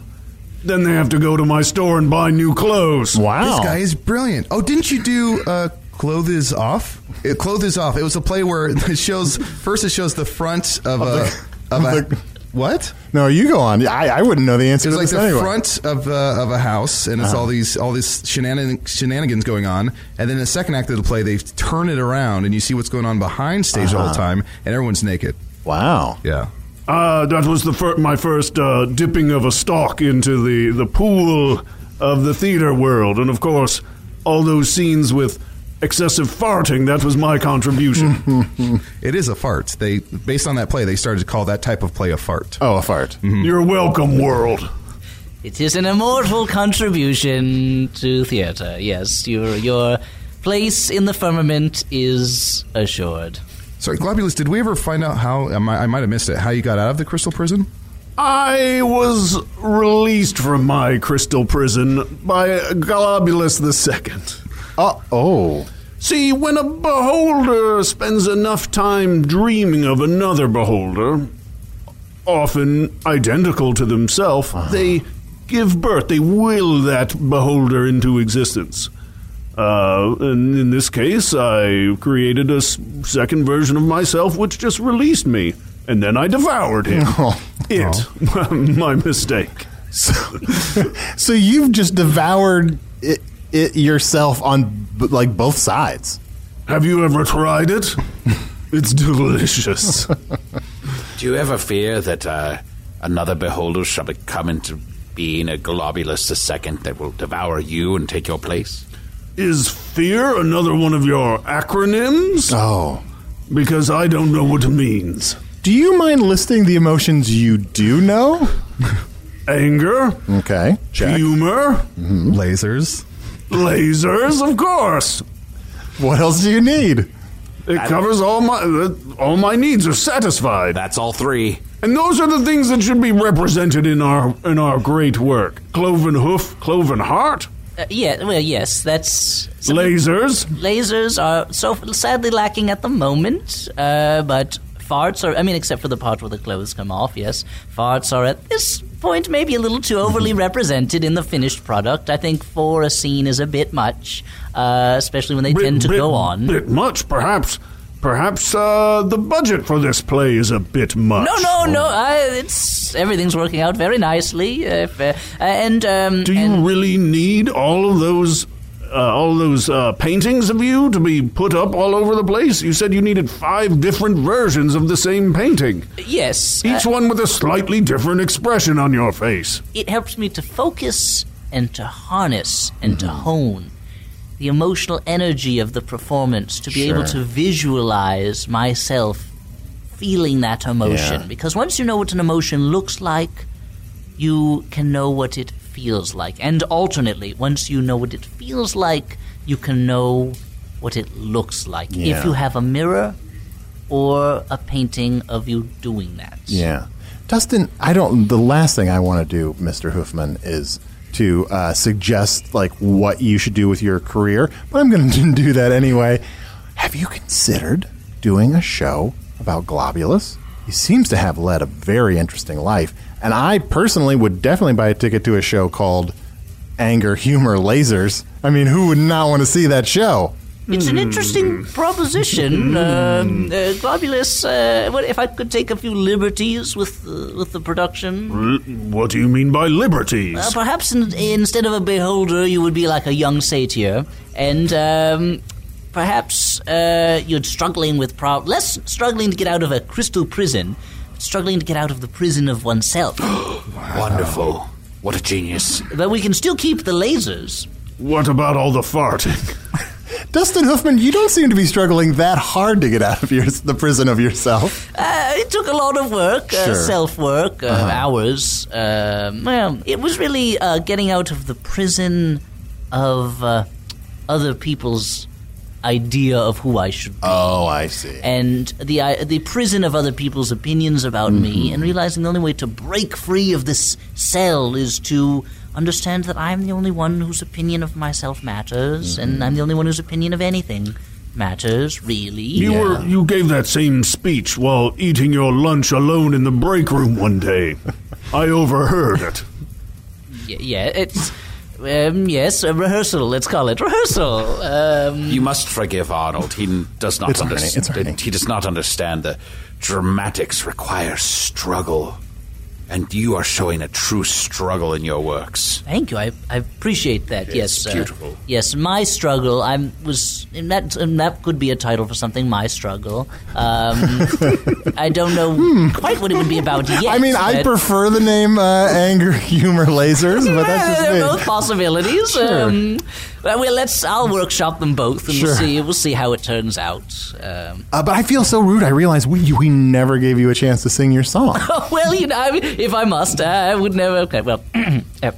then they have to go to my store and buy new clothes.
Wow.
This guy is brilliant. Oh, didn't you do uh, Clothe is Off? It, Clothe is Off. It was a play where it shows, first it shows the front of, a, of a, what?
No, you go on. I, I wouldn't know the answer
It's
to
like
this
the
anyway. Uh-huh.
front of uh, of a house, and it's all these all these shenanan- shenanigans going on. And then in the second act of the play, they turn it around, and you see what's going on behind stage the whole time, and everyone's naked.
Uh-huh. Wow.
Yeah,
Uh, that was the fir- my first uh, dipping of a stock into the, the pool of the theater world. And of course, all those scenes with excessive farting, that was my contribution.
it is a fart. They based on that play, they started to call that type of play a fart. Mm-hmm.
Oh, a fart.
You're welcome, world.
It is an immortal contribution to theater. Yes, your your place in the firmament is assured.
Sorry, Globulus, did we ever find out how? I might I might have missed it. How you got out of the crystal prison?
I was released from my crystal prison by Globulus the Second.
Uh, oh.
See, when a beholder spends enough time dreaming of another beholder, often identical to themselves,
Uh-huh.
they give birth, they will that beholder into existence. Uh, and in this case, I created a s- second version of myself, which just released me, and then I devoured him.
Oh.
It, my mistake.
So you've just devoured it, it yourself on b- like both sides.
Have you ever tried it? It's delicious.
Do you ever fear that uh, another beholder shall become into being a globulus the second that will devour you and take your place?
Is fear another one of your acronyms?
Oh.
Because I don't know what it means.
Do you mind listing the emotions you do know?
Anger,
Okay. Mm-hmm.
humor,
Lasers.
lasers, of course.
What else do you need?
It covers all my uh, all my needs are satisfied,
That's all three.
and those are the things that should be represented in our in our great work: cloven hoof, cloven heart,
Uh, yeah, well, yes, that's
lasers.
lasers are so sadly lacking at the moment, uh, but farts are, I mean, except for the part where the clothes come off, yes. Farts are at this point maybe a little too overly represented in the finished product. I think four a scene is a bit much, uh, especially when they tend to
bit,
go on.
bit much, perhaps. Perhaps uh, the budget for this play is a bit much.
no, no, no. I, it's everything's working out very nicely. Uh, if, uh, and um,
Do you
and-
really need all of those, uh, all those uh, paintings of you to be put up all over the place? You said you needed five different versions of the same painting,
yes, uh,
each one with a slightly different expression on your face.
it helps me to focus and to harness and to
Mm-hmm.
hone the emotional energy of the performance to be able to visualize myself feeling that emotion
Yeah.
because once you know what an emotion looks like you can know what it feels like and alternately once you know what it feels like you can know what it looks like
Yeah.
if you have a mirror or a painting of you doing that
Yeah. Dustin, I don't. The last thing I want to do, Mr. Hoofman, is to uh, suggest like what you should do with your career, but I'm going to do that anyway. Have you considered doing a show about Globulus? He seems to have led a very interesting life, and I personally would definitely buy a ticket to a show called anger, humor, lasers. I mean, who would not want to see that show?
It's
Hmm.
an interesting proposition, um, uh, Globulus. Uh, what if I could take a few liberties with uh, with the production?
L- what do you mean by liberties?
Uh, perhaps in, instead of a beholder, you would be like a young satyr, and um, perhaps uh, you're struggling with pro- less struggling to get out of a crystal prison, struggling to get out of the prison of oneself.
Wonderful. What a genius.
but we can still keep the lasers.
what about all the farting?
Dustin Hoofman, you don't seem to be struggling that hard to get out of your, the prison of yourself.
Uh, it took a lot of work, uh,
Sure. Uh-huh.
self work, uh, hours. Um well, it was really uh, getting out of the prison of uh, other people's idea of who I should be.
Oh, I see.
and the I the prison of other people's opinions about
Mm-hmm.
me, and realizing the only way to break free of this cell is to understand that I'm the only one whose opinion of myself matters,
Mm-hmm.
and I'm the only one whose opinion of anything matters, really.
You were you gave that same speech while eating your lunch alone in the break room one day. I overheard it.
Y- yeah, it's. Um, yes, a rehearsal, let's call it. Rehearsal! Um,
You must forgive Arnold. He n- does not
It's all right, it's all
understand.
right.
He does not understand the dramatics require struggle, and you are showing a true struggle in your works.
Thank you. I, I appreciate that. yes, uh,
beautiful.
yes, my struggle. I was and that and that could be a title for something. My struggle. Um, I don't know quite what it would be about yet.
Hmm. I mean, I
but-
prefer the name uh, Anger, Humor, Lasers, but that's
Eh,
just me.
They're both possibilities.
Sure.
Um, well, well, let's. I'll workshop them both, and
Sure.
we'll see. We'll see how it turns out. Um,
Uh, but I feel so rude. I realize we we never gave you a chance to sing your song.
well, you know, I mean, if I must, uh, I would never. Okay, well. eh,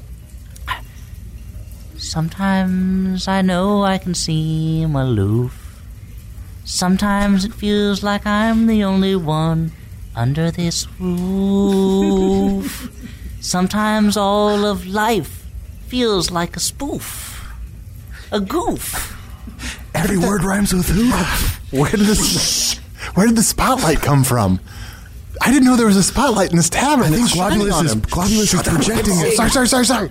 Sometimes I know I can seem aloof. Sometimes it feels like I'm the only one under this roof. Sometimes all of life feels like a spoof, a goof.
Every word rhymes with who. Where did this? Where did the spotlight come from? I didn't know there was a spotlight in this tavern. I think Globulus is Globulus is projecting it. Sorry, sorry, sorry, sorry.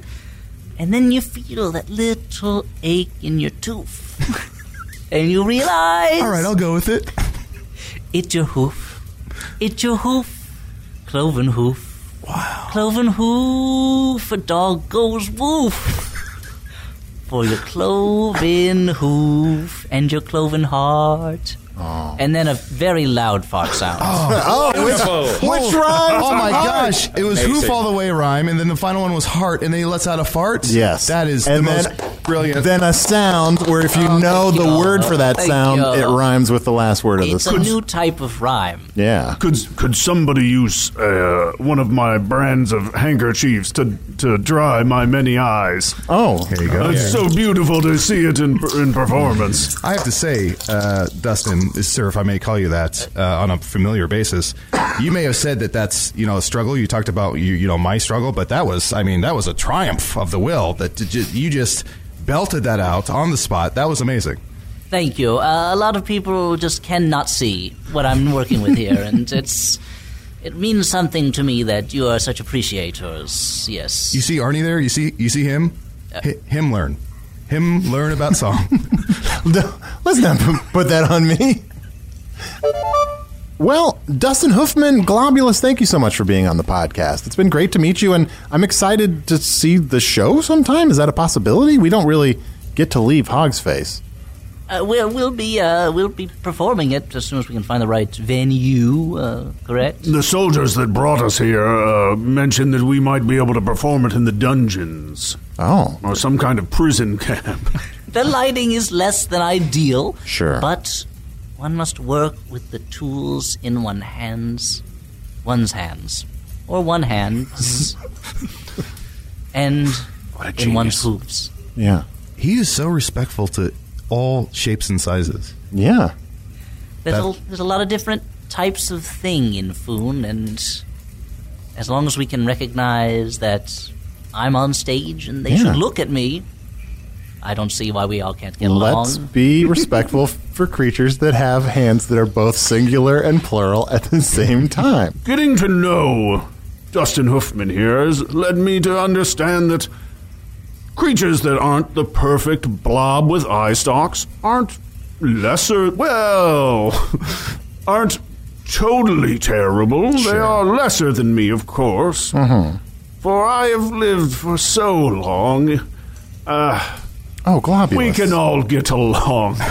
And then you feel that little ache in your tooth. and you realize.
All right, I'll go with it.
It's your hoof. It's your hoof. Cloven hoof. Wow. Cloven hoof. A dog goes woof. For your cloven hoof and your cloven heart.
Oh.
And then a very loud fart sound.
Which rhymes?
Oh my gosh! It was
Amazing.
hoof all the way rhyme, and then the final one was heart, and then he lets out a fart.
Yes,
that is
And
the
then-
most brilliant.
Then a sound where if you know the
you.
word for that
Oh, Thank
sound,
you.
it rhymes with the last word of
It's
the
a
song.
new type of rhyme.
yeah.
Could could somebody use uh, one of my brands of handkerchiefs to to dry my many eyes?
Oh, there you go.
It's so beautiful to see it in in performance.
I have to say, uh, Dustin, sir, if I may call you that, uh, on a familiar basis, you may have said that that's you know a struggle. You talked about you you know my struggle, but that was I mean that was a triumph of the will that ju- ju- you just belted that out on the spot. That was amazing.
Thank you. Uh, a lot of people just cannot see what I'm working with here, and it's. It means something to me that you are such appreciators. Yes.
You see Arnie there. You see you see him. Hi him learn. Him learn about song.
Let's not p- put that on me. Well, Dustin Hoofman, Globulus, thank you so much for being on the podcast. It's been great to meet you, and I'm excited to see the show sometime. Is that a possibility? We don't really get to leave Hog's Face.
Uh, we'll, we'll be uh, we'll be performing it as soon as we can find the right venue. Uh, correct.
The soldiers that brought us here uh, mentioned that we might be able to perform it in the dungeons
Oh,
or some kind of prison camp.
The lighting is less than ideal.
Sure.
But one must work with the tools in one hands, one's hands, or one hands, and in one's hooves.
yeah.
he is so respectful to all shapes and sizes.
Yeah.
There's,
That-
a, there's a lot of different types of thing in Foon, and as long as we can recognize that I'm on stage and they
Yeah.
should look at me, I don't see why we all can't get
Let's
along.
be respectful for creatures that have hands that are both singular and plural at the same time.
Getting to know Dustin Hoofman here has led me to understand that Creatures that aren't the perfect blob with eye stalks aren't lesser. Well, aren't totally terrible. They are lesser than me, of course.
Mm-hmm.
For I have lived for so long. Uh,
Oh, globulus.
we can all get along.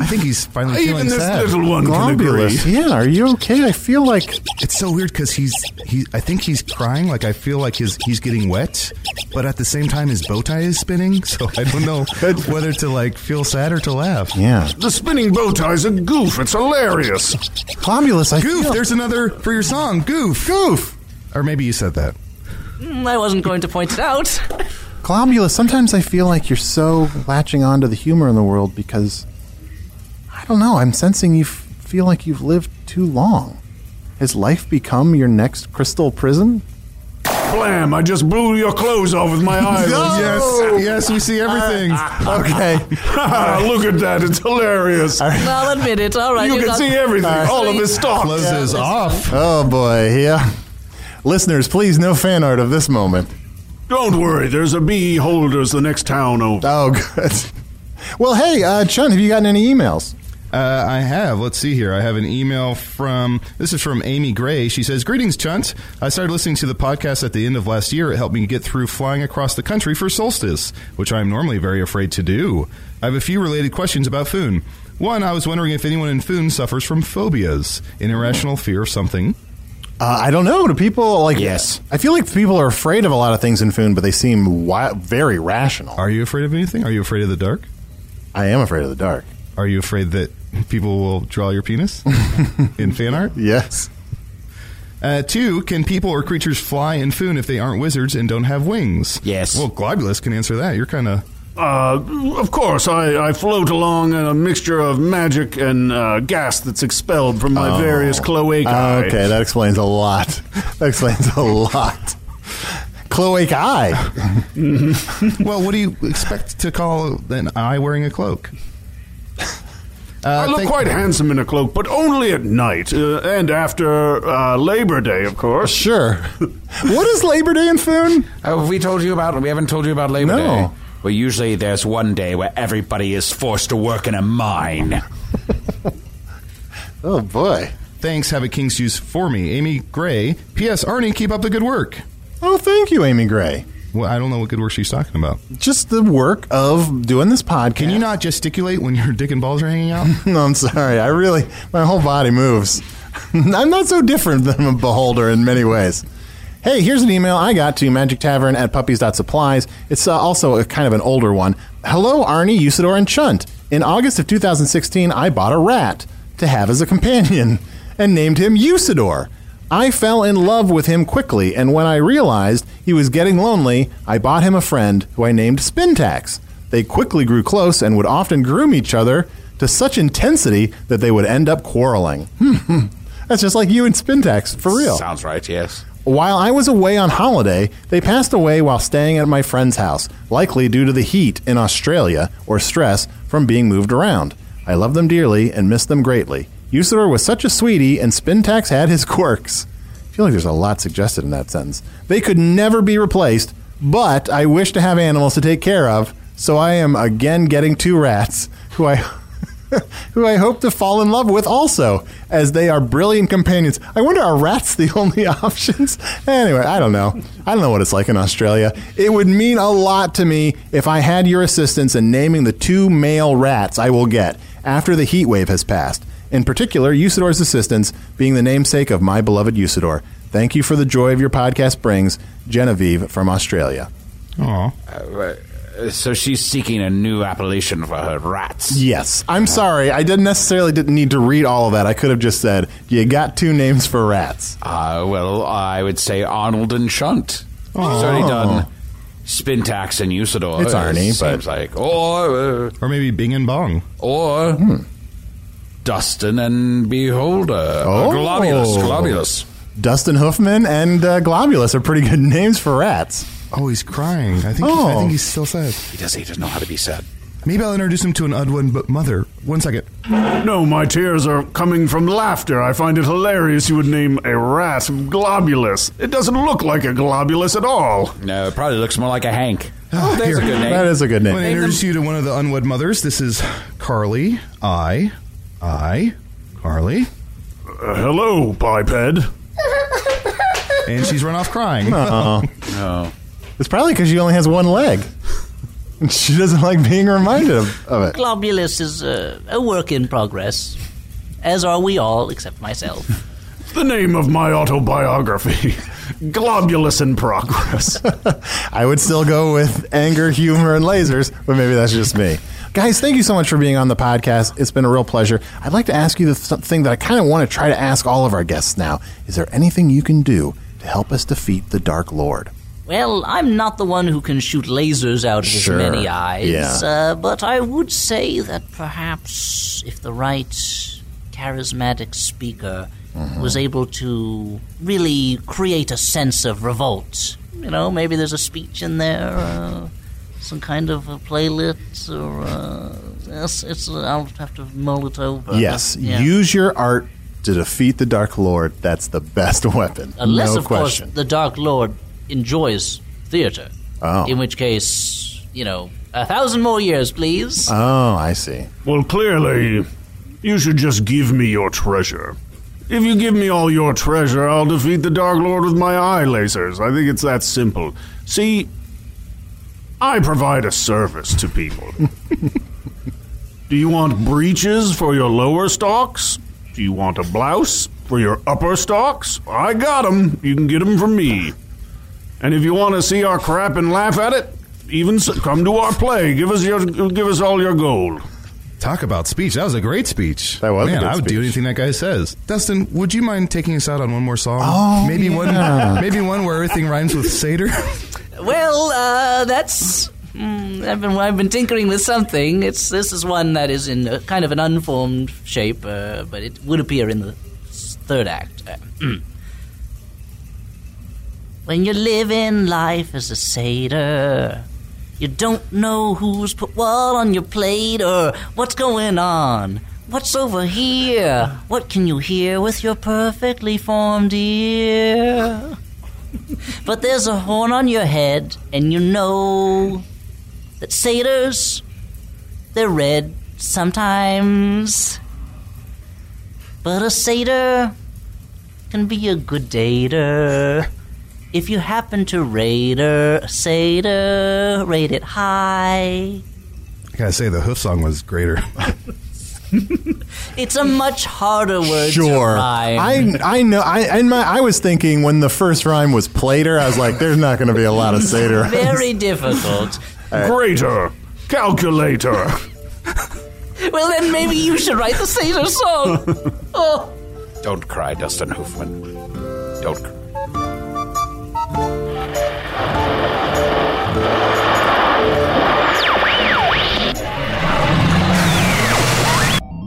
I think he's finally
Even
feeling
this
sad.
little one can
globulus.
agree.
Yeah, are you okay? I feel like
It's so weird because he's he. I think he's crying. Like I feel like his he's getting wet, but at the same time his bow tie is spinning. So I don't know whether to like feel sad or to laugh.
yeah,
The spinning bow tie's a goof. It's hilarious.
globulus. I
Goof,
feel-
there's another for your song. Goof, goof. Or maybe you said that.
Mm, I wasn't going to point it out.
globulus. Sometimes I feel like you're so latching onto the humor in the world because I don't know. I'm sensing you f- feel like you've lived too long. Has life become your next crystal prison?
Blam! I just blew your clothes off with my eyes.
Yes, yes, we see everything.
Okay.
Ah, Look at that. It's hilarious.
I'll admit it. All right,
You can
got-
see everything. All of his stalks.
Closes off.
oh boy, yeah. Listeners, please no fan art of this moment.
Don't worry, there's a bee holders the next town over.
Oh, good. Well, hey, uh, Chun, have you gotten any emails?
Uh, I have. Let's see here. I have an email from. This is from Amy Gray. She says, "Greetings, Chunt. I started listening to the podcast at the end of last year. It helped me get through flying across the country for solstice, which I am normally very afraid to do. I have a few related questions about Foon. One, I was wondering if anyone in Foon suffers from phobias, an irrational fear of something.
Uh, I don't know. Do people like?
Yes.
I feel like people are afraid of a lot of things in Foon, but they seem wi- very rational.
Are you afraid of anything? Are you afraid of the dark?
I am afraid of the dark.
Are you afraid that people will draw your penis in fan art?
Yes.
Uh, two, can people or creatures fly in Foon if they aren't wizards and don't have wings?
Yes.
Well, Globulus can answer that. You're kind of.
Uh, of course, I, I float along in a mixture of magic and uh, gas that's expelled from
Oh.
my various
Uh,
cloacae.
Ah, Okay, that explains a lot. That explains a lot. Cloac eye.
Well, what do you expect to call an eye wearing a cloak? Uh,
I look
thank-
quite handsome in a cloak, but only at night uh, and after uh, Labor Day, of course.
Sure. what is Labor Day in Foon?
Have Uh, we told you about? We haven't told you about Labor
No.
Day. Well, usually there's one day where everybody is forced to work in a mine.
Oh boy.
Thanks, have a king's juice for me, Amy Gray. P.S. Arnie, keep up the good work.
Oh, thank you, Amy Gray.
Well, I don't know what good work she's talking about.
Just the work of doing this podcast.
Can you not gesticulate when your dick and balls are hanging out?
No, I'm sorry. I really, my whole body moves. I'm not so different than a beholder in many ways. Hey, here's an email I got to Magic Tavern at puppies.supplies. It's uh, also a kind of an older one. Hello, Arnie, Usador, and Chunt. In August of 2016, I bought a rat to have as a companion and named him Usador. I fell in love with him quickly, and when I realized he was getting lonely, I bought him a friend who I named Spintax. They quickly grew close and would often groom each other to such intensity that they would end up quarreling. Hmm, That's just like you and Spintax, for real.
Sounds right. Yes.
While I was away on holiday, they passed away while staying at my friend's house, likely due to the heat in Australia or stress from being moved around. I love them dearly and miss them greatly. Usador was such a sweetie, and Spintax had his quirks. I feel like there's a lot suggested in that sentence. They could never be replaced, but I wish to have animals to take care of, so I am again getting two rats who I who I hope to fall in love with also, as they are brilliant companions. I wonder are rats the only options? anyway, I don't know. I don't know what it's like in Australia. It would mean a lot to me if I had your assistance in naming the two male rats I will get after the heat wave has passed. In particular, Usador's assistance being the namesake of my beloved Usador. Thank you for the joy of your podcast brings, Genevieve from Australia.
Aw.
Uh, So she's seeking a new appellation for her rats.
Yes, I'm sorry. I didn't necessarily didn't need to read all of that. I could have just said you got two names for rats.
Uh, well, I would say Arnold and Shunt.
Oh.
It's already done. Spintax and Usador.
It's Arnie,
it
but-
seems like or uh,
Or maybe Bing and Bong.
or
Hmm.
Dustin and Beholder.
Oh.
Globulus, Globulus.
Dustin Hoofman and uh, Globulus are pretty good names for rats.
Oh, he's crying. I think,
Oh.
I think he's still sad.
He does. He doesn't know how to be sad.
Maybe I'll introduce him to an Udwin but mother. one second.
No, my tears are coming from laughter. I find it hilarious you would name a rat Globulus. It doesn't look like a globulus at all.
No, it probably looks more like a Hank. Oh, there's a
Here.
good name.
Ah, That is a good
I'm going to
name.
introduce you to one of the unwed mothers. This is Carly. I. I. Carly.
Uh, hello, biped.
And she's run off crying.
It's probably because she only has one leg. And She doesn't like being reminded of, of it.
Globulus is uh, a work in progress, as are we all, except myself.
The name of my autobiography Globulus in Progress.
I would still go with anger, humor, and lasers, but maybe that's just me. Guys, thank you so much for being on the podcast. It's been a real pleasure. I'd like to ask you the th- thing that I kind of want to try to ask all of our guests now. Is there anything you can do to help us defeat the Dark Lord?
Well, I'm not the one who can shoot lasers out of his
Sure,
many eyes,
yeah.
uh, but I would say that perhaps if the right charismatic speaker
Mm-hmm.
was able to really create a sense of revolt, you know, maybe there's a speech in there, uh, some kind of a playlet, or uh, it's, it's, I'll have to mull it over.
Yes,
Uh-huh. Yeah.
use your art to defeat the Dark Lord. That's the best weapon.
Unless,
no
of
question.
course, the Dark Lord enjoys theater.
Oh.
In which case, you know, a thousand more years, please.
oh, I see.
well, clearly, you should just give me your treasure. If you give me all your treasure, I'll defeat the Dark Lord with my eye lasers. I think it's that simple. See, I provide a service to people. Do you want breeches for your lower stalks? Do you want a blouse for your upper stalks? I got 'em. You can get 'em from me. And if you want to see our crap and laugh at it, even so, come to our play. Give us your, give us all your gold.
Talk about speech. That was a great speech.
That was a
Man,
good
I would do
speech.
anything that guy says. Dustin, would you mind taking us out on one more song?
Oh,
maybe
yeah.
one maybe one where everything rhymes with Seder?
Well, uh, that's. Mm, I've been I've been tinkering with something. It's this is one that is in a, kind of an unformed shape, uh, but it would appear in the s- third act. Uh, mm. when you're living life as a satyr, you don't know who's put what on your plate or what's going on. What's over here? What can you hear with your perfectly formed ear? But there's a horn on your head, and you know that satyrs, they're red sometimes. But a satyr can be a good dater. If you happen to raid her, a satyr, rate it high.
I gotta say, the hoof song was greater.
It's a much harder word
Sure.
to rhyme.
I I know. I in my I was thinking when the first rhyme was Plater, I was like, there's not going to be a lot of Seder.
Very difficult.
Greater calculator.
well, then maybe you should write the satyr song. Oh.
Don't cry, Dustin Hoofman. Don't cry.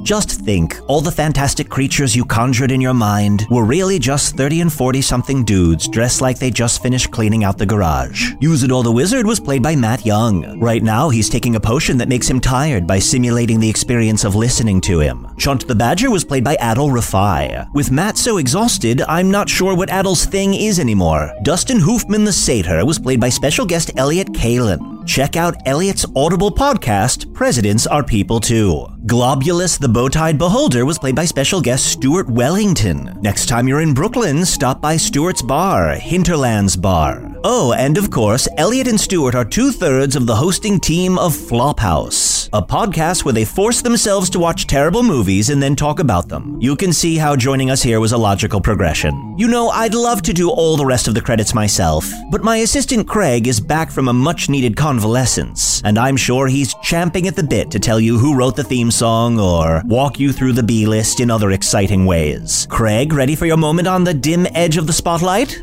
Just think, all the fantastic creatures you conjured in your mind were really just 30 and 40 something dudes dressed like they just finished cleaning out the garage. Usador the Wizard was played by Matt Young. Right now, he's taking a potion that makes him tired by simulating the experience of listening to him. Chunt the Badger was played by Adol Rafai. With Matt so exhausted, I'm not sure what Adol's thing is anymore. Dustin Hoofman the Satyr was played by special guest Elliot Kalin. Check out Elliot's Audible podcast, Presidents Are People Too. Globulus the Bowtied Beholder was played by special guest Stuart Wellington. Next time you're in Brooklyn, stop by Stuart's Bar, Hinterlands Bar. Oh, and of course, Elliot and Stuart are two thirds of the hosting team of Flophouse, a podcast where they force themselves to watch terrible movies and then talk about them. You can see how joining us here was a logical progression. You know, I'd love to do all the rest of the credits myself, but my assistant Craig is back from a much needed convalescence, and I'm sure he's champing at the bit to tell you who wrote the theme song or walk you through the B list in other exciting ways. Craig, ready for your moment on the dim edge of the spotlight?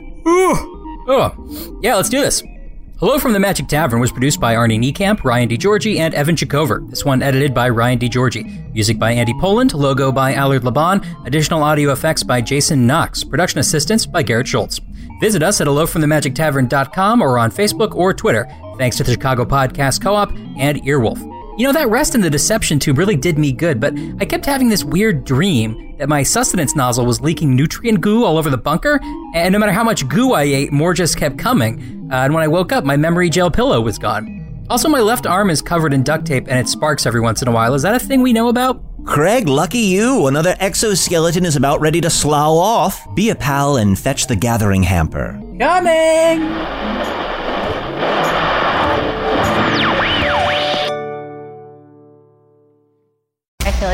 Oh, yeah, let's do this. Hello from the Magic Tavern was produced by Arnie Niekamp, Ryan DeGiorgi, and Evan Chikover. This one edited by Ryan DeGiorgi. Music by Andy Poland, logo by Allard Laban, additional audio effects by Jason Knox, production assistance by Garrett Schultz. Visit us at hellofromthemagictavern.com or on Facebook or Twitter. Thanks to the Chicago Podcast Co-op and Earwolf. You know, that rest and the deception tube really did me good, but I kept having this weird dream that my sustenance nozzle was leaking nutrient goo all over the bunker, and no matter how much goo I ate, more just kept coming. Uh, and when I woke up, my memory gel pillow was gone. Also, my left arm is covered in duct tape and it sparks every once in a while. Is that a thing we know about?
Craig, lucky you. Another exoskeleton is about ready to slough off. Be a pal and fetch the gathering hamper.
Coming!
I feel